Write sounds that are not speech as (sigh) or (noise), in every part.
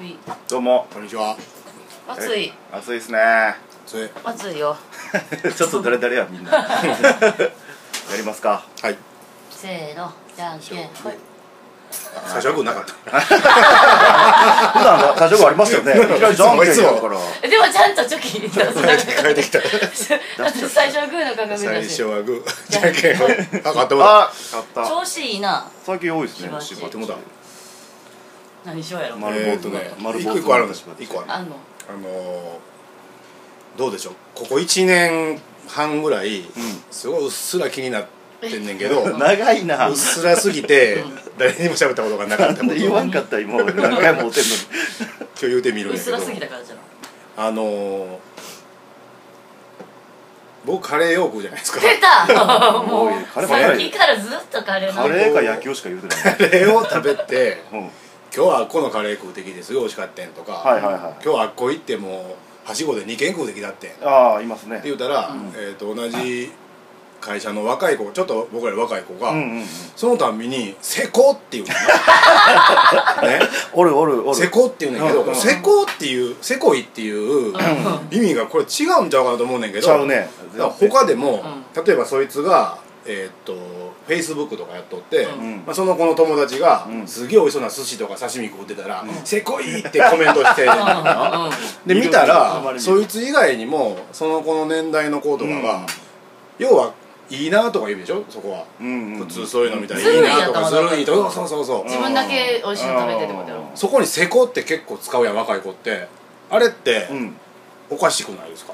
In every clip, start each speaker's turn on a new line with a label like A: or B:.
A: うい
B: どうも
C: こんにちは。
A: 暑い
B: え暑いですね (laughs)
C: それ
A: 暑いよ
B: ちょっと誰誰やみんな (laughs) やりますか
C: はい。
A: せーのじゃんけんほい
C: 最初はこうなかった。
B: 普段は多少ありますよ
C: (laughs)
B: ねいきなりじゃんけんやから
A: えでも (laughs) ちゃんとチョキ出す (laughs)
C: 帰ってきた。
A: 私最初はグーの感覚
C: 最
A: だ
C: 初
A: し
C: はグー。
A: じ
C: じ
A: ゃ
C: ゃ
A: ん
C: ん
A: け
C: け
A: ん
C: ん。
A: ほい
C: あ、買ってもだ。
B: あ買った
A: 調子いいな
B: 最近多いですね
A: しば
C: 買ってもだ。
A: 何しようやろ
B: 丸
C: え
B: 坊
C: ーと
B: 主が
C: ね、
B: 丸
C: 一
B: 坊
C: 個
B: 主
C: 一個あるんですよ。一個ある。
A: あの
C: あのーどうでしょう。ここ一年半ぐらい、すごいうっすら気になってんねんけど、う
B: 長いな
C: っすらすぎて誰にも喋ったことがなかった
B: なん
C: ことを
B: で言わ
C: 今
B: んかった今俺何回もおてんのに
C: 日言うてみるん
A: うっ
C: やけ
A: す
C: ど
A: ら、すぎたからじゃない
C: あのー僕カレーを食うじゃないですか。
A: (laughs) 出たも
B: もうカレ
A: う
B: ーばっか
A: さっ
B: り
A: きからずっとカレー
B: カ
A: の
B: レーか野球しか言うてない
C: カレーを食べて。
B: うんはい
C: 今日はあっこのカレー食うてきてすごい美味しかったんとか、
B: はいはい
C: 今日はあっこ行ってもはしごで2軒食うてきたってんって
B: ああいますね
C: 言うたら、えー、と同じ会社の若い子ちょっと僕らより若い子が、
B: うんうんうん
C: そのたんびに「せこ」って言うね
B: (laughs)
C: んなね
B: おるおるお
C: せ
B: る
C: こって言うねんけ
B: う
C: ど
B: ん
C: このせこっていうせこいっていう意味がこれ違うんちゃうかなと思うねんけど
B: ちゃうね
C: だから他でも、
A: う
C: 例えばそいつがえーっとフェイスブックとかやっとって、
B: ん
C: まあ、その子の友達が、
B: ん
C: すげえ美味しそうな寿司とか刺身食ってたら「せこい!」ってコメントして
A: うんうん
C: で見た
B: いろい
C: ら
B: ろ
C: そいつ以外にもその子の年代の子とかが、
B: うん
C: 要はいいなとか言うでしょそこは、
B: うんうん
C: 普通そういうのみたい
A: ず
C: にい
A: る
C: い
A: いや
C: な
A: と
C: と
A: 思
C: か
A: う
C: ずるいとかそうそうそうそう
A: 自分だけ美味しいの食べてってことやろ
B: うん
C: そこに「せこ」って結構使うやん若い子ってあれって、
B: うん
C: おかしくないですか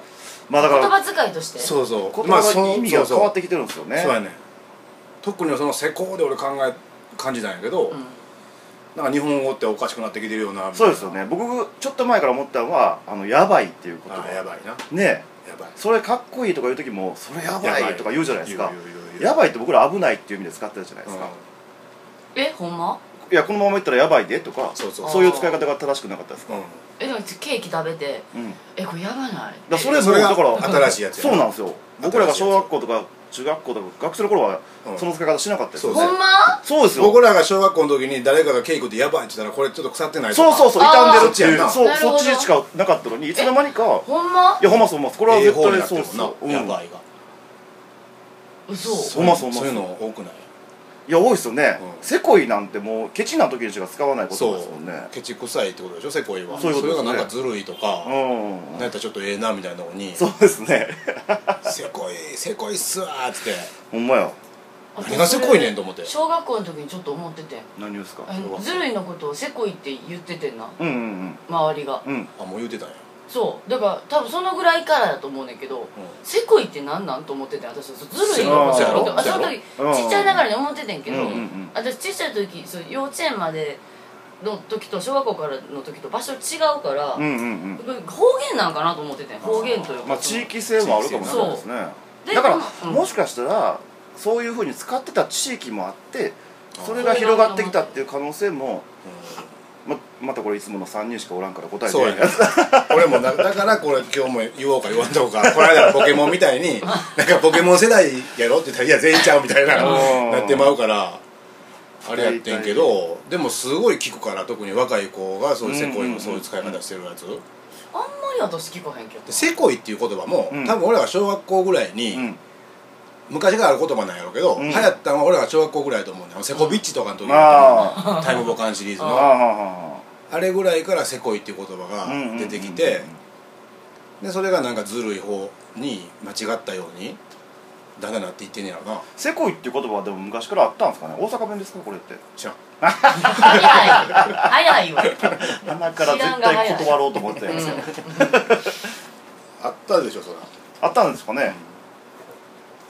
B: まあだか
A: 言
B: ら
A: 葉遣いとして
C: そうそう
B: 言
C: ま
B: 葉
C: あその
B: の意味が変わっ
C: そうそう
B: てきてるんですよね
C: そうやね特にその施工で俺考え感じたんやけど、
A: うん
C: なんか日本語っておかしくなってきてるような
B: そうですよね僕ちょっと前から思ったのはあのやばいっていう言
C: あ
B: 葉
C: あやばいなや
B: ね
C: ばい
B: それかっこいいとか言う時もそれやばいとか言うじゃないですか
C: 言う言う言う言う
B: やばいって僕ら危ないっていう意味で使ってたじゃないですか、
A: えほんま
B: いやこのまま言ったらやばいでとか
C: そうそう
B: いう使い方が正しくなかったですか、
C: うん、うん
A: えでもケーキ食べて
B: うん、
A: えこれやばない
B: だからそれも
C: それが
B: だから
C: 新しいやつや
B: そうなんですよ僕らが
C: 新しい
B: 小
C: やつ
B: 学校とか中学校とか学生の頃は
C: うん
B: その使い方しなかったですよね、
C: そう
A: ほんま
B: そうですよ
C: 僕らが小学校の時に誰かがケーキでやばいって言ったらこれちょっと腐ってないと
B: そう
C: か
B: そうそう
A: あー
B: 傷んでるっていう
C: そっち
B: そ
A: や
B: う
A: ななる
B: そ
A: ほ
B: っ
A: ど
B: ちしかなかったのにいつの間にか
A: ほんま
B: いやほんまそうほんまこれは
C: 英
B: 絶
C: 語に
B: 対
C: なって
B: そう
C: る
B: っ
C: も
B: す
C: んな
B: よ、うん、
C: やば
B: い
C: いが
A: 嘘
B: ほんまそうほんま
C: そういうの多くない
B: や多いですよね、
C: うん
B: セコイなんてもうケチな時にしか使わない言葉
C: そ
B: ですもんね
C: うケチ臭いってことでしょせこいは
B: そういうことですね
C: れがなんかずるいと
B: う
C: か、
B: ん
C: なんやったらちょっとええなみたいなのに
B: そうですね
C: せこいせこいっすわーっつって
B: ほんまや
C: 何がせこいねんと思って
A: 小学校の時にちょっと思っててん
B: 何ですか
A: あのずるいのことをせこいって言っててんな
B: うんうん
A: 周りが
B: うんうん
C: あもう言うてたんや
A: そうだから多分そのぐらいからだと思うねんけど、せこいってなんなんと思ってて私ずるいのことやろって
B: あー
A: あその時
B: うん
A: ちっちゃいながらに思っててんけど、
B: うんうんうん
A: 私ちっちゃい時そう幼稚園までの時と小学校からの時と場所違うから、
B: うんうんうん
A: 方言なんかなと思っててん方言というか
B: まあ地域性もあるかもしれないですね
A: そう
B: だから
A: でうん
B: もしかしたらそういうふうに使ってた地域もあってそれが広がってきたっていう可能性もままたこれいつもの3人しかおらんから答えて
C: そう
B: な
C: や
B: い
C: ね (laughs) 俺もなだからこれ今日も言おうか言わんとこかこの間のポケモンみたいになんかポケモン世代やろって言ったらいや全員ちゃうみたいな
B: うん
C: なってまうからあれやってんけどでもすごい聞くから特に若い子がそういうセコイのそういう使い方してるやつ
A: あんまり私聞かへんけど
C: でセコイっていう言葉も
B: うん
C: 多分俺らが小学校ぐらいに、
B: うん
C: 昔からある言葉なんやろうけど、
B: ん
C: 流行ったのは俺らが小学校ぐらいだと思うんだよセコビッチとかの時
B: あ
C: タイムボカンシリーズ
B: あ
C: のあ
B: あ
C: れぐらいからセコイっていう言葉
B: あ
C: が出てきてでそれがなんかずるい方に間違ったようにだんだんなっていってんねやろな
B: セコイっていう言葉はでも昔からあったんですかね大阪弁ですかこれって
C: 知らん
A: (laughs) 早い早
B: (laughs)
A: いわ
B: 鼻から絶対断ろうと思ってたんですよ
C: あったでしょそら
B: あったんですかね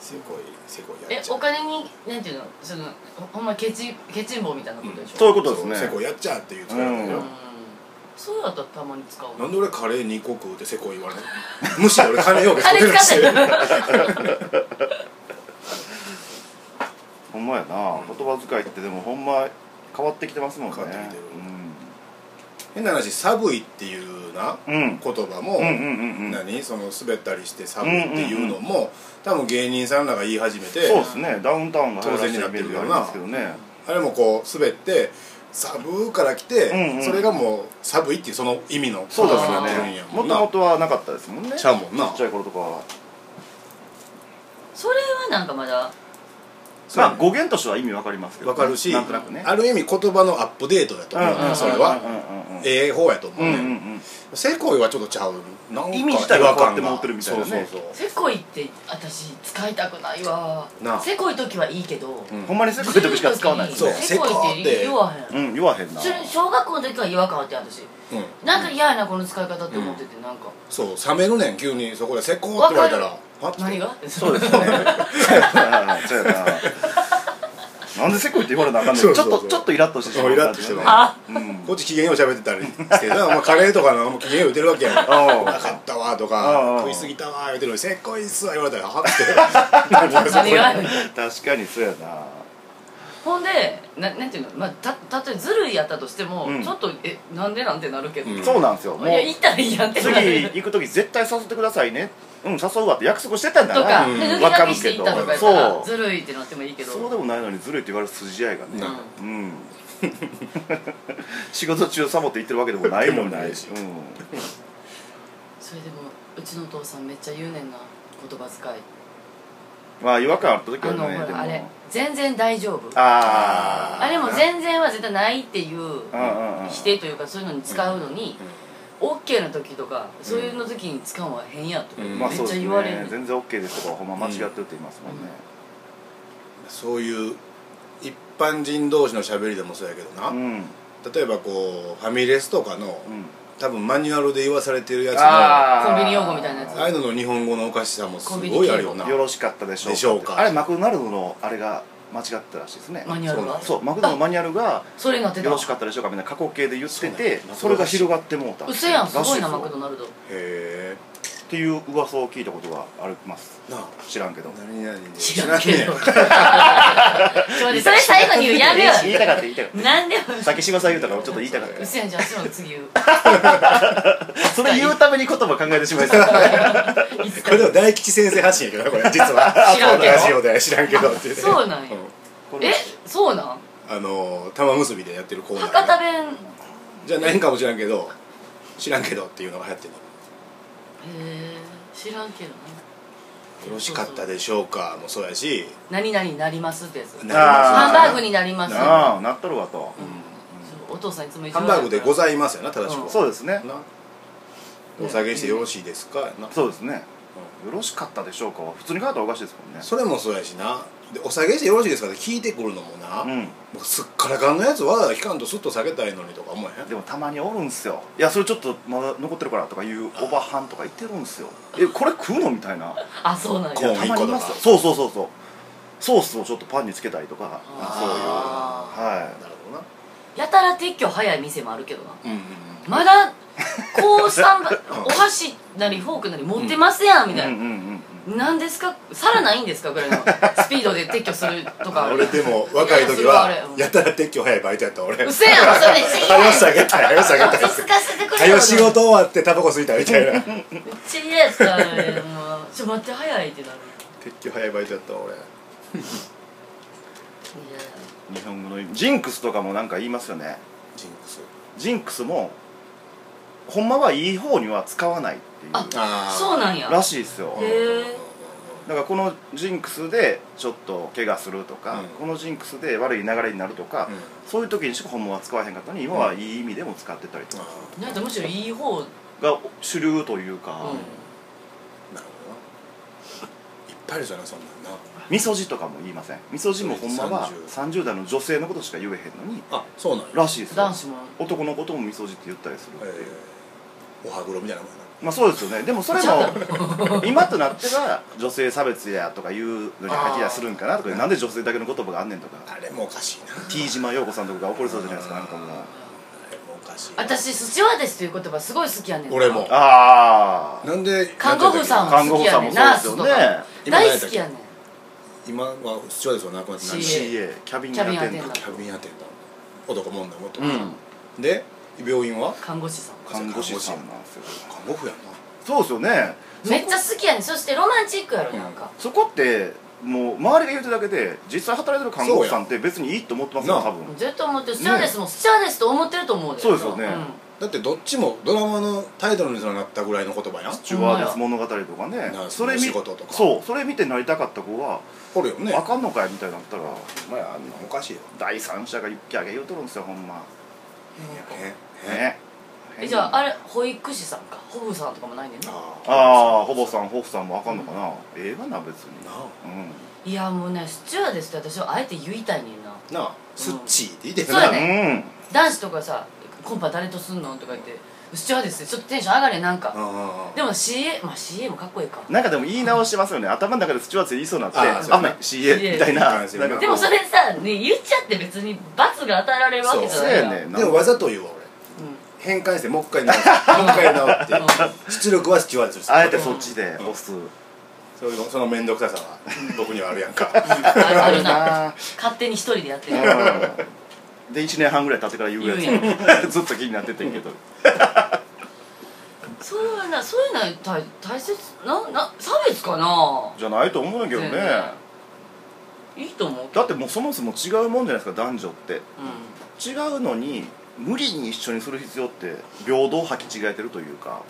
C: セコイセコイや
A: え
C: っちゃ
A: お
C: う
A: 金になんていうのそのほほんまケチケチンボみたいなことでし
B: そうい
A: ょ、
B: うことですね
C: セコイやっちゃうっていう使い方だ
A: うん
C: よ、
A: そうだったらたまに使う
C: なんで俺カレー2個食うてセコイ言われんのむしろ俺金よけ取れるし
A: 金使
B: (laughs)
A: って
B: ほんまやな言葉遣いってでもほんま変わってきてますもんね
C: 変わってきてる変な話寒いっていうな
B: うん、うん、
C: 言葉も、
B: うんうんうんうん
C: 何その滑ったりして寒いっていうのも、多分芸人さんらが言い始めて
B: そうですねダウンタウンが流行らせてるイメージがありますけどね
C: あれもこう滑ってサブから来て、
B: うんうん
C: それがもう寒いっていうその意味の
B: そうですよ
C: になってるん
B: ね
C: や
B: も
C: もん
B: と
C: な
B: もとはなかったですもんね
C: ち
B: ち
C: ゃ
B: っ
C: うもんな
B: ちゃい頃とかは
A: (laughs) それはなんかまだ
C: そう
B: まあ語源としては意味わかりますけど
C: わかるし、
B: なんとなくね
C: ある意味言葉のアップデートだと思うね、
A: うんうん
C: それは、
B: うんうんうん
C: ええ方やと思う
B: うん
C: ね、
B: うんうん
C: セコイはちょっとちゃうなんか
B: 意味自体が
C: 違和
B: 変わっ
C: 感
B: てもうてるみたいなね
C: そうそうそ
A: せこいって私使いたくないわ
C: なあ
A: せこい時はいいけど
C: う、うん
B: ほんまにセコい時しか使わないです
C: そう
B: ね
A: せこいって言わへん
B: うん言わへんな
A: それ小学校の時は違和感あって私
C: うん
A: なんか嫌やなこの使い方って思っててなんか
C: そう冷めるねん急にそこで「セコ」って言われたら
A: わ
C: はって
A: 何が
B: そうですね (laughs) そうやななんでセコいって言われなあかんねんち
C: そ
B: ょ
C: う
B: っ
C: そうそ
B: と
C: う
B: ちょっとイラッとしてしまう
C: イラッとしてま
A: あ
B: うん
C: こっち機嫌よう喋ってたりしてな、まあ、カレーとかのもう機嫌よう言ってるわけやんな
B: おう
C: かったわと
B: うんうん
C: か食いすぎたわ言ってるのに「せっこいっすわ」言われたらはって何これ
A: (laughs) 何が
B: 確かにそうやな
A: (laughs) ほんでななんていうの、まあ、たたとえずるいやったとしても、
B: うん
A: ちょっとえなんでなんてなるけど、
C: うん
B: そうなんですよ
A: い
B: も
A: や
B: う
A: 行ったらいいやんってな
B: 次
A: る
B: 行く時絶対誘ってくださいねうん誘うわって約束してたんだ
A: とか、
B: な
C: うん
A: で抜き
B: わか
A: 書
B: る
A: きして
B: け
A: い
B: ど
A: ったとかやったら
B: そう
A: ずるいってなってもいいけど
B: そうでもないのにずるいって言われる筋合いがね
A: う
B: うん (laughs) 仕事中サボって言ってるわけでもないもん
C: でも
B: ね
C: ないし
B: うん
A: それでもうちのお父さんめっちゃ言うねんな言葉遣い
B: まあ違和感あった時
A: あ
B: は
A: の
B: ね
A: ほ
B: で
A: らあれ
B: も
A: 全然大丈夫あ
B: あー
A: れも全然は絶対ないっていう
B: うんうんうん
A: 否定というかそういうのに使うのに、オッ OK の時とかそういうの時に使うのは変やとか、
C: うん
A: め
B: ま
A: っ
B: あそうで
A: ちゃ
B: す
A: 言われる、
B: ね全然 OK ですとかほんま間違ってるって言いますもんね
C: そういう一般人同士の喋りでもそうやけどな、
B: うん
C: 例えばこうファミレスとかの
B: うん
C: 多分マニュアルで言わされてるやつのあ
B: あー
A: コンビニ用語みたいなやつ
C: あいうのの日本語のおかしさもすごいあるよな
B: よろしかったでしょう
C: でしょうか
B: あれマクドナルドのあれが間違ったらしいですね
A: マニュアルが
B: そうマクドのマニュアルが
A: それになってた
B: よろしかったでしょうかみんな過去形で言ってて
C: そうなん
B: そ
C: や
B: れが広がってもうた
A: うせやんすごいな
B: らし
A: マ
B: で
A: ク
B: よ
A: ドナルド
C: へ
B: っていう噂を聞いたことがあります
C: えなあ
B: 知らんけど
C: 何々で
A: 知らんけ
B: (laughs)
A: どちょ
C: 知
A: 待ってそれ最後に言うやめよ
B: 言いたかった言いたかっ
A: うなんでも
B: た先島さん言うたからちょっと言いたかっ
A: (laughs) うせやんじゃあその次言う
B: たそれ言うために言葉考えてしまいました
A: いつか
C: これでも大吉先生発信やけどなこれ実は
A: 知らんけど
C: ラジオで知らんけどって言って
A: そうなんや
B: これ
A: えそうなん
C: あの玉結びでやってるコーナー
A: 博
C: が
A: 多弁へ
C: じゃないんかもしらんけど知らんけどっていうのが流行ってるの
A: え知らんけどな
C: よろしかったでしょうかもそうやし
A: 何々になりますってやつ
C: な
A: ハンバーグ
B: に
A: になります
B: ああなっとるわと
A: そうお父さんいつも言って
C: ハ
A: も
C: ン
A: ら
C: バ
A: う
C: ーグでございますよな正しく
A: う
C: は
A: ん
B: そうですね
C: なお下げしてよろしいですかやな
B: そうですねよろしかったでしょうかは普通に考えたらおかしいですもんね
C: それもそうやしなでお下げしてよろしいですかって聞いてくるのもな、も
B: うん
C: うすっからかんのやつは引かんとすっと下げたいのにとか思えへん
B: でもたまにおるんすよいやそれちょっとまだ残ってるからとかいうおばはんとか言ってるんすよえこれ食うのみたいな
A: あそうなんや
C: コーン
B: たまにいますよそうそうそうそうソースをちょっとパンにつけたりとかそういう
A: あー
B: は
C: なるほどな
A: やたら撤去早い店もあるけどな
C: うんうん
A: まだこうさん
C: (laughs)
A: お箸なりフォークなり持ってますやん
B: い
A: みたいな、
B: うんうんうんうん
A: なんですか皿ないんですかぐらいのスピードで撤去するとかある
C: 俺でも若い時
A: いやそれはあ
C: は
A: れ
C: やたら撤去早いバイトやった俺
A: うせやんそれ
C: 早よ下
A: めっ
C: げたい早よ下げたい
A: ちゃすかせてくれ
C: 早
A: よ
C: よ仕事終わってタバコ吸いたいみたいな撤
A: めっちゃ嫌やったあれもうちょ待って早いってなる
C: 去早いバイトやったわ俺
A: 嫌や
B: 日本語の意味ジンクスとかもなんか言いますよね
C: ジンクス
B: ジンクスもほんまはいい方には使わないって
A: あ
B: いう
C: あ
A: そうなんや
B: らしいですよ
A: へえ
B: だからこのジンクスでちょっと怪我するとか、
C: うん
B: このジンクスで悪い流れになるとか、そういう時にしかほんまは使わへんかったのに今はいい意味でも使ってたりとか
A: なんかむしろいい方
B: が主流というか、
A: うん
C: なるほどないっぱいあるじゃないそんなんな
B: 味噌汁とかも言いません味噌汁もほんまは30代の女性のことしか言えへんのに
C: あそうなん
B: らしいですよ
A: 男子も
B: 男のことも味噌汁って言ったりするっていう、
C: お歯黒みたいなもんやな
B: まあそうですよねでもそれも今となっては女性差別やとかいうのに入ってたりするんかなとかなんで女性だけの言葉があんねんとか
C: あれもおかしいな
B: T 島陽子さんとかが怒りそうじゃないですかなんかもう
C: あれもおかしいな
A: 私スチュワーデスという言葉すごい好きやねんな
C: 俺も
B: ああ
C: なんで
A: 看護婦さん
B: 看
A: も好
B: 護
A: き
B: 婦
A: や
B: さ
A: ね
B: んも
A: ん
B: そう
A: ナー
B: です
A: ス
B: よ
A: とか
B: ね
A: も
C: 今何や
A: 大
C: ったっ
A: 好
C: け
A: きやねん
C: 今はスチュワーデスは亡くなって何
A: CA
C: キ
B: CA キャビン
A: キャビンア
B: ア
A: テ
B: テ
A: ンダ
B: ンダ
A: ー
B: ー
C: ャビンアテンダー男も女も男
B: うん
C: で病院は
A: 看護師さん
B: 看護師さんなんですよ
C: 看護婦やな
B: そうですよね
A: めっちゃ好きやねんそしてロマンチックやろなんか
B: そこってもう周りが言うてるだけで実際働いてる看護師さんって別にいいと思ってますよ
C: なあ
B: 多分
A: 絶対思ってるスチャーデスもスチャーデスと思ってると思うで
B: そうですよね
C: だってどっちもドラマのタイトルにそうなったぐらいの言葉やん
B: スチュワーデス物語とかね
C: なあ
B: それ見
C: お仕事とか
B: そうそれ見てなりたかった子が
C: おるよね
B: あかんのかいみたいになったら
C: まああんなおかしいよ
B: 第三者が言ってあげ言うとるんですよほんま
C: ねね
B: ね
A: えじゃああれ保育士さんかホブさんとかもないねんな
B: ああほぼさんほふさんもあかんのかな映画な別に
C: なあ
B: う
A: いやもうねスチュワーデスって私はあえて言いたいねんな
C: なあスッチーって言って
A: そうやね
B: んうん
A: 男子とかさ「コンパ誰とすんの?」とか言って「スチュワーデス」ちょっとテンション上がれなんかでも CA まあ CA もかっこいいか
B: なんかでも言い直しますよね頭の中でスチュワーデス言いそうになって
C: ああそう
B: あん
C: ね
B: まり CA みたいな
C: うん
B: なんか
A: でもそれさ、ね、言っちゃって別に罰が与えられるわけじゃ
B: そう
A: ない
B: や
A: ん
B: ねんな
C: でもわざと言うわ俺変換してもう一回直すもう一回直って出力はスチュワーデス
B: あえてそっちで押す
C: そういうその面倒くささは僕にはあるやんか
A: うんあるな
B: な
A: 勝手に一人でやってる
B: うんで1年半ぐらい経ってから言うや
A: 言う
B: つ (laughs) ずっと気になっててんけど
A: それはなそういうのは大大切なな差別かな
B: じゃないと思うんだけどね
A: 全然いいと思う
B: だってもうそもそも違うもんじゃないですか男女って
A: う
B: 違うのに無理に一緒にする必要って平等を履き違えてるというか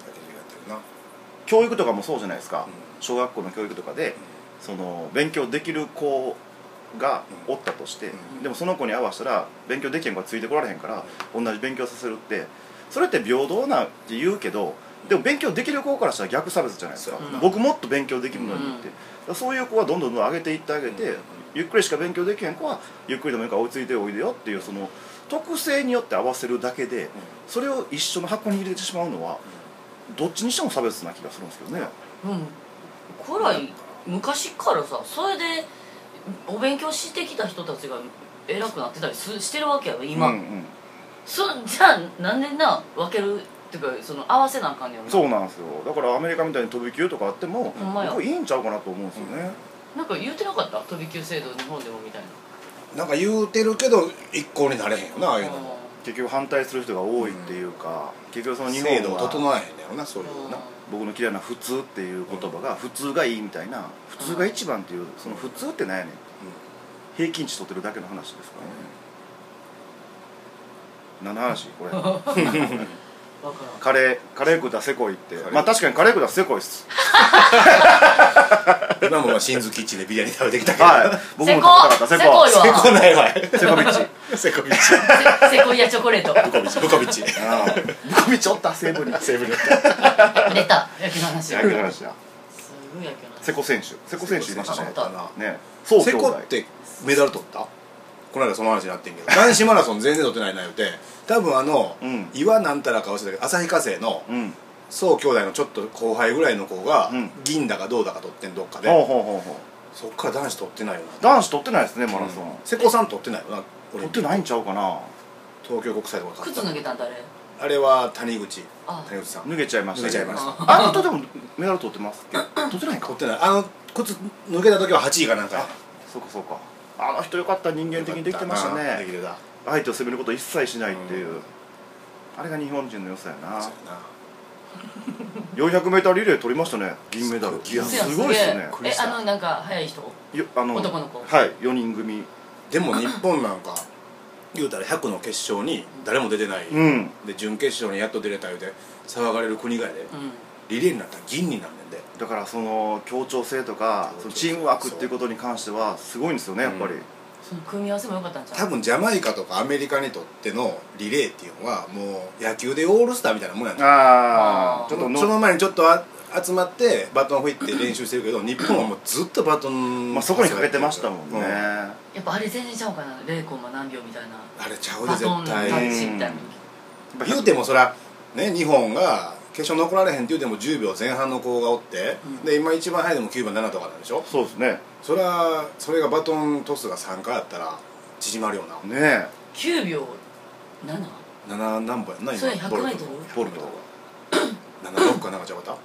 B: 教育とかもそうじゃないですか、
C: う
B: 小学校の教育とかでその勉強できる子がおったとして、
C: うん
B: でもその子に合わせたら勉強できへんからついてこられへんから同じ勉強させるってそれって平等なって言うけどでも勉強できる子からしたら逆差別じゃないですか、
C: そう
A: やな
B: 僕もっと勉強できるのにって、
A: うん
B: だからそういう子はどんどんどんどん上げていってあげて、
C: うん
B: ゆっくりしか勉強できへん子はゆっくりでもいいから追いついておいでよっていうその特性によって合わせるだけでそれを一緒の箱に入れてしまうのはどっちにしても差別な気がするんですけどね
A: んうん古来昔からさそれでお勉強してきた人たちが偉くなってたりすしてるわけやろ今、
B: うんうん
A: そじゃあなんでな分けるっていうかその合わせなあかんねやろな
B: そうなんですよだからアメリカみたいに飛び級とかあっても
A: ほんまや
B: 僕いいんちゃうかなと思うんですよね、
A: なんか言うてなかった飛び級制度日本でもみたいな
C: なんか言うてるけど一向になれへんよなああいうのも
B: 結局反対する人が多いっていうか、結局その日
C: 制
B: 本
C: 度を
B: は
C: 整えへんだよなそういうな
B: 僕の嫌いな「普通」っていう言葉が「普通がいい」みたいな「普通が一番」っていうその「普通」って何やねん平均値取ってるだけの話ですからね何の話
C: (laughs)
B: これ
A: 分からん
B: カレーカレー食うたらせこいって
C: レー
B: まあ確かにカレー食うたらせこいっ
C: (laughs)
B: す
C: 今もまあ新ズキッチンでビリヤニ食べてきたけど
B: はい僕も食べたかった
A: せ
B: せ
A: こ
B: こ
A: せこい
C: (laughs) せ
A: わ
C: こないわ
B: セコビッチ
C: セコビッチ
A: せセ (laughs) コイアチョコレート
C: ブコビッチブコビッチ
B: うんブコビッチおったセブに
C: セーブに
A: 出た野球の話す
B: 野
A: ごい
B: 球の話だ
A: 野球の話
B: 瀬古選手瀬古選手いましたね
A: 瀬古
B: ねそう
C: セ
B: 兄
C: コ
B: 弟
C: ってメダル取ったこの間その話になってんけど男子マラソン全然取ってないな言うて多分あの、
B: うん
C: 岩なんたらか忘れたけど旭化成の
B: うん
C: 宋兄弟のちょっと後輩ぐらいの子が、
B: うん
C: 銀だか銅だか取ってんどっかで、
B: ほうほうほうほ
C: そっから男子取ってないよ
B: う
C: な
B: 男子取ってないですねマラソン、
C: 瀬古さん取ってないよな俺
B: 取ってないんちゃうかな
C: 東京国際とか勝
A: 靴
C: った
A: 脱げたん誰
C: あれは谷口
A: あ
C: 谷口さん
B: 脱げちゃいました
C: 脱げちゃいました
B: あの人でもメダル取ってますっけ取ってないか
C: 取ってないあの靴抜けた時は8位かなんかや
B: そうかそうかあの人よかった人間的にできてました
C: よかったなでき
B: ね
C: てた
B: 相手を責めること一切しないっていう、
C: うん
B: あれが日本人の良さやな
C: そうやな
B: 400m リレー取りましたね銀メダルい
C: すごい
B: や
A: 靴や
B: すごいですね
C: クリ
A: え
C: スタ
A: あのなんか速い人
B: よあの
A: 男の子
B: はい4人組
C: でも日本なんか言うたら100の決勝に誰も出てない、
B: うん
C: で準決勝にやっと出れたようで騒がれる国外で
A: うん
C: リレーになったら銀になんねんで
B: だからその協調性とかそのチームワークっていうことに関してはすごいんですよねやっぱり、
C: うん
A: その組み合わせも良かったんちゃ
C: 多
A: う
C: 分ジャマイカとかアメリカにとってのリレーっていうのはもう野球でオールスターみたいなもんやん
A: あ
B: あ
A: ー
B: あちょっとの
C: その前にちょっとあ集まってバトンを振って練習してるけど日本はもうずっとバトン、
B: まあ、そこにかけてましたもんね、
C: う
A: やっぱあれ全然ちゃうかな0コンマ何秒みたいな
C: あれちゃうで
A: バトン
C: 絶
A: のタ
C: 対
A: ッチみたいな
C: 言うてもそらね日本が決勝残られへんって言うても10秒前半の子がおって、
A: うん
C: で今一番早いでも9番7とかなんでしょ
B: そうですね
C: それはそれがバトントスが3回あったら縮まるような
B: ねえ
A: 9秒 7?
C: 7何本やんな今
A: それ100
C: ボルト
A: メートル
B: ボルト
C: 76かなんかちゃうかっ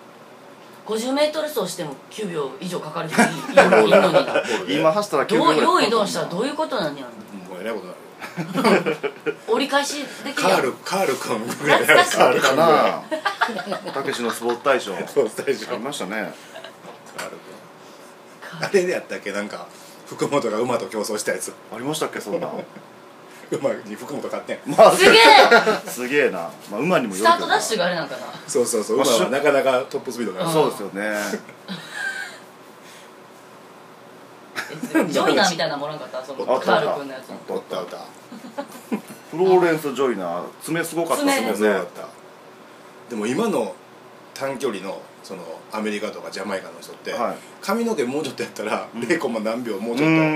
A: 50m 走しても9秒以上かかる人いいるのにな
C: た
B: 今走ったら9
A: ど
B: 秒
A: う
B: ぐらい
A: 用意どうしたらど
B: う
A: ういうことなんやろ
C: もうえらいことになるよ
A: 折り返しできる
C: カ
A: や
C: ー
A: ん
C: ルカール君ぐらい
A: 懐かしい
C: カール
B: か
C: 君ぐら
B: なたけしのスポーツ大賞あ
C: いそうスタジオ
B: りましたね
C: カール
A: カ
C: あれでやったっけなんか福本が馬と競争したやつ
B: ありましたっけそんな
C: 馬に福本勝ってん
B: まあ
A: すげえ
B: すげえな、まあ、馬にも
A: ス
B: よ
A: ター
B: るけ
A: トダ
B: ど
A: ッ
B: な
A: シュがあれなんかな
C: そうそうそう
B: まあ
C: 馬
B: し
C: は
B: ょ
C: なかなかトップスピードが
A: うん
C: そう
B: そうですよね
A: ジョイナーみたいなのもおらんかったその
B: あった
A: カ
B: あ
A: ー
B: っ
A: ル君
B: た
A: のやつ
C: おったおった
B: フローレンス・ジョイナー爪すごかったです
A: 爪
B: も
C: そ
B: ん
C: うだ
B: ね
C: ったでも今の短距離のそのアメリカとかジャマイカの人って、
B: はい
C: 髪の毛もうちょっとやったら
B: ん
C: 0コマ何秒もう
B: う
C: ちょっと、
B: ー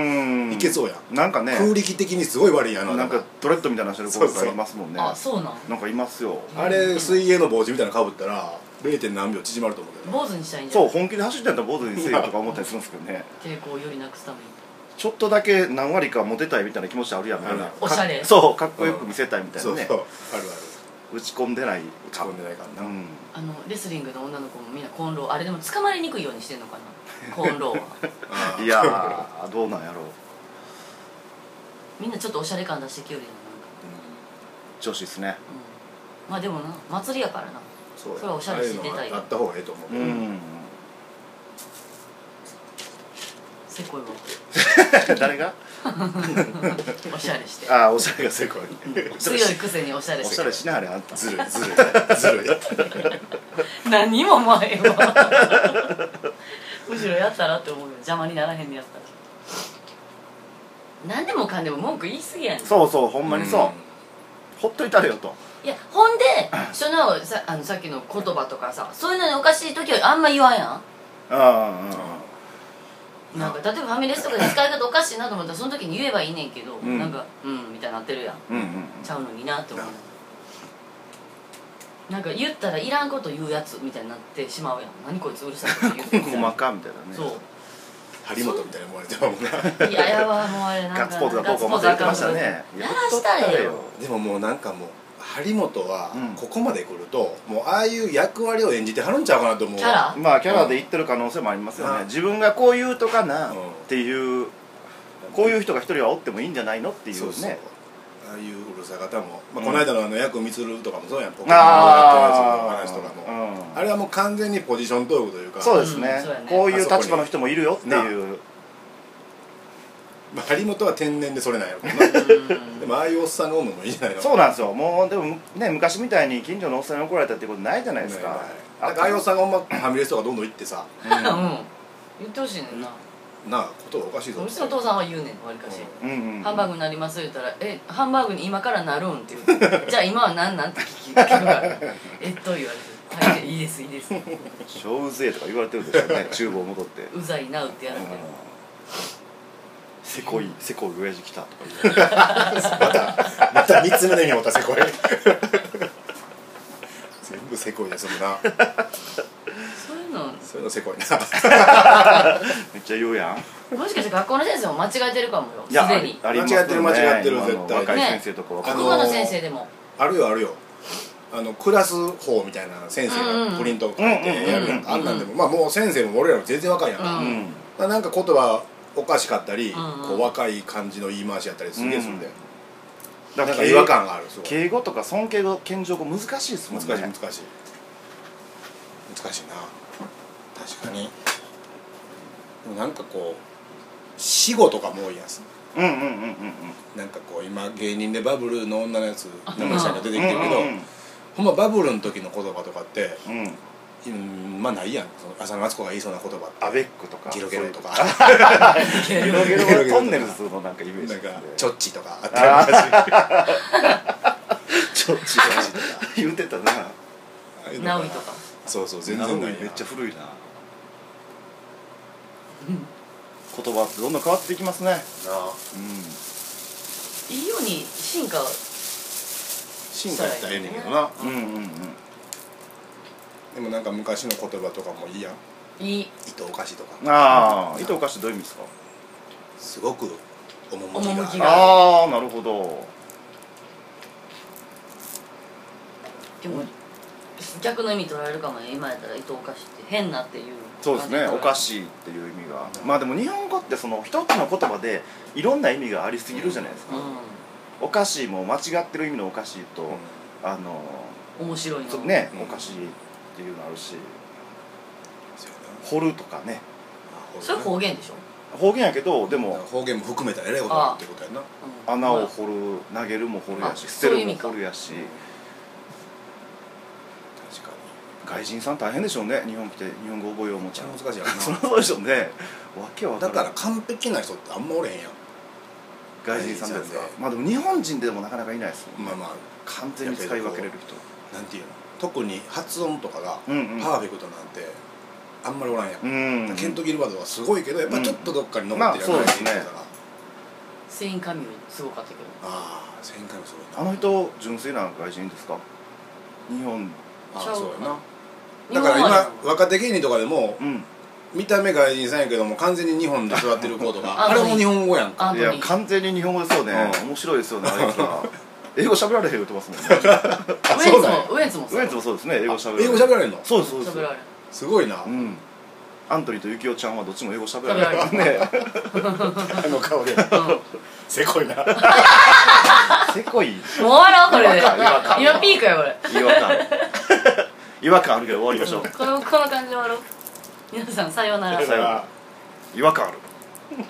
B: ん
C: いけそうやん
B: なんかね
C: 空力的にすごい悪いやな
B: なんかドレッドみたいなしてる子と
C: そう
B: か
C: そう
B: いますもんね
A: あそうなん
B: なんかいますよ
C: あれ水泳の帽子みたいなの被ったら 0. 何秒縮まると思うけど
A: 坊主にしたいんじゃ
B: そ
A: な
B: う
A: い
B: 本気で走ってんだら坊主にせえよとか思ったりするんですけどね
A: 傾向をよりなくすために
B: ちょっとだけ何割かモテたいみたいな気持ちあるやんみたい
C: あ
B: な
C: る
A: おしゃれ
B: かそうかっこよく見せたいみたいな
C: そう
B: ね
C: そうある
B: 打ち込んでない
C: ある打ち込んでないから
B: う
C: な、
B: ん
A: あのレスリングの女の子もみんなコーンローあれでも捕まりにくいようにしてんのかな (laughs) コーンローは
C: あー
B: いや
C: (laughs)
B: ーどうなんやろう
A: みんなちょっとおしゃれ感出してきよるやんなんか
C: うん
B: 女子ですね
A: うんまあでもな祭りやからな
C: そうや
A: それはおしゃれして出
C: ああ
A: た
C: い
A: いう
C: のあった方がいいと思う、
B: うん、
A: せこいわ
B: 誰が
A: おしゃれして
B: ああおしゃれが成功
A: 強いくせにおしゃれ
B: お
A: し
B: しゃ
A: て
B: れしなあれあんた
C: ずるいずるいずる
A: (laughs)
C: い
A: 何も前はむしろやったらって思うよ邪魔にならへんのやったら何でもかんでも文句言い過ぎやねん
B: そうそうほんまにそう、ほっといたれよと
A: いやほんでそのさあのさっきの言葉とかさそういうのにおかしい時はあんま言わんや
B: うんうんうん
A: んなんか例えばファミレスとかで使い方おかしいなと思ったらその時に言えばいいねんけど、
B: ん
A: なんかうんみたいになってるやん
B: うん
A: ちゃうのになって思うなんか言ったらいらんこと言うやつみたいになってしまうやん何こいつうるさいこと言う
B: う
A: み
B: ん
A: たいな
B: 細かみたいなね
A: そう
C: 張本みたいに思われてたもんな
A: いややわもうあれなんか
B: ガッツポーズがどうこうま
A: ガ
B: で言
A: ッ
B: っ
A: ツ
B: て
A: ポーズ
B: まし
A: が
B: た
A: どうこう
B: ね
A: やらしたれよ
C: (laughs) でももうなんかもう張本は
B: うん
C: ここまで来ると、もうああいう役割を演じてはるんちゃうかなと思う
A: キャラ
B: まあキャラで言ってる可能性もありますよ
C: うん
B: ね自分がこういうとかな
C: う
B: っ
C: ん
B: ていうこういう人が一人はおってもいいんじゃないのってい
C: そう
B: う
C: そう
B: ね
C: ああいううるさ方も、まあ、
B: うん
C: この間のあのヤクミツルとかもそうやんポケモンの
B: あ
C: 話とか
B: あ
C: も、あれはもう完全にポジショントークというか
B: そうです
A: うん
B: ね
A: そうやね
B: こういう立場の人もいるよっていう
C: まあ張本は天然でそれなんやろうけどな
A: うん
C: でもああいうおっさんがおんのもいいんじゃないの
B: そうなんですよもうでもね昔みたいに近所のおっさんに怒られたってことないじゃないですか
C: なんかああいうおっさんがほんまファミレスとかどんどん行ってさ
A: うん言ってほしいねんな
C: なあことがおかしいぞ
A: うちの父さんは言うねんわりかし
B: うんうん
A: ハンバーグになります言ったら「えハンバーグに今からなるん?」って言うてじゃあ今は何なん?」って聞き聞くから (laughs) 「えっと」言われて「はいいいですいいです」
B: 超うぜえとか言われてるんでしょう (laughs) ね厨房戻って
A: 「うざいな」ってやられてる
B: せこいせこい親父来たとか言って
C: また3つ目の意味を持たせこい全部せこいですもんな
A: そういうの
C: そういうのせこいな
B: めっちゃ言うやん
A: もしかして学校の先生も間違えてるかもよす
B: いや
A: でに
B: あります
C: 間違ってる
B: もんね
C: 間違ってる
B: 今の
C: 絶対
B: 若い
A: ね
B: 先生とかは
C: あ
A: 国
C: の
A: 語の先生でも
C: あるよあるよあのクラス法みたいな先生がプリント書いてやるや
A: うんうんうんうんうん
C: んあんなんでもまあもう先生も俺らも全然若いやん
A: う
C: か,、
B: うんん
C: なんか言葉おかしかったり、
A: うんうん
C: こう若い感じの言い回しやったりすげえするんで、
B: だ
C: なんか違和感があるすごい
B: 敬語とか尊敬語謙譲語難しいですも
C: 難
B: ん
C: し
B: ね
C: い難しい難しいな確かにでもなんかこう死後とかも多いやん
B: うんうんうんうんうん
C: なんかこう今芸人でバブルの女のやつ
A: あ
C: 名前者が出てきてるけど、
B: うん
C: ほんまバブルの時の言葉とかって
B: うんうん
C: うんまあないやんその浅野敦子が言いそうな言葉って
B: アベックとか
C: ゲロゲロとか
B: ゲロゲロ
C: ゲロゲロとか
B: トンネルズのなんかイメージ
C: なん
B: で
C: か
B: ち
C: チ
B: ょ
C: ョッチとかあったらし
B: (laughs)
C: い
B: ちょっと
A: (laughs)
B: 言うてたな
C: ああいうの
A: ナウイとか
C: そうそう全然ないやん
B: めっちゃ古いな言葉ってどんどん変わっていきますね
C: なあ
B: うん
A: いいように進化
C: 進化やったらええねんけどな
B: うんうんうん
C: でもなんか昔の言葉とかもいいやん
A: いい
C: 糸おかしとか
B: ああ糸おかしどういう意味ですか
C: すごく趣があ
A: 趣
C: る
A: が
B: ああなるほど
A: でも逆の意味取られるかもね今やったら伊藤おかしって変なっていう
B: そうですねおか
A: 菓子
B: しいっていう意味がまあでも日本語ってその一つの言葉でいろんな意味がありすぎるじゃないですか、
A: う
B: おかしいも間違ってる意味のおかしいと、あの
A: ん面白い
B: ちょっ
A: の
B: とね、
C: うん
B: おかしいっていうのあるし
C: そうやな
B: 掘るとかね
C: あこ
A: それ
C: と
A: 方言でしょ、
B: 方言やけどで
C: や
B: も
C: な方言も含めたらえらいことになるってことやな
A: うんま
B: 穴を
A: あ
B: 掘る投げるも掘るやし
A: あ
B: 捨
A: そ
B: て
A: ういう
B: る
A: 意
B: も
A: 味か
B: 掘るやし
C: 確か
B: 外人さん大変でしょうね日本来て日本語覚えようもちゃう
C: めっちゃ難しいやろな
B: そりゃそうでしょうねわけわ
C: にだ
B: か
C: からら
B: ん
C: 完璧な人ってあんまおれへんやん
B: 外人さんですか
C: 外人さんで
B: まあでも日本人でもなかなかいないですもん
C: まあま
B: 完全に使い分けれる人
C: あなんていうの特に発音とかがパ
B: うんうん
C: ーフェクトなんてあんまりおらんやん、
B: うん
C: ケント・ギルバードはすごいけどやっぱちょっとどっかに残ってるやん、
B: うんまあそうですね
C: 外人から
A: セインカミュすごかったけど
C: ああ旋回もすご
B: あ
C: いな
B: の人純粋な外人ですか日本
C: あ
A: ちゃ
C: あ
A: う
C: そうやな
A: 日
C: だ
A: 本
C: から
A: は
C: 今若手芸人とかでも
B: うん
C: 見た目外人さんやけども完全に日本で座ってる子
B: (laughs)
C: とか
A: あ
C: あれも日本語やんか
A: アン
B: い
A: ト
B: や
A: ニー
B: 完全に日本語ですよね
C: うん
B: 面白いですよねあいつら英語喋られへん言ってますもん
C: (laughs)
B: ね
A: ウエンツ
C: そうなんや
A: もウエンツもそ
B: ウ
A: う
B: エンツもそうですね英語喋られ
C: 英
B: る
C: 語喋られんの
B: そうですそうです
A: 喋られる
C: すごいな
B: うんアントニーとユキオちゃんはどっちも英語喋られるね
C: あの顔で
A: うん
C: (laughs) せ
B: (laughs)
C: こいな
B: せこい
A: もう終わろうこれで
B: 違和感
A: 今ピークやこれ
B: 違和感違和感あるけど終わりましょう
A: このこの感じで終わろう皆さんさようなら
B: さようなら違和感ある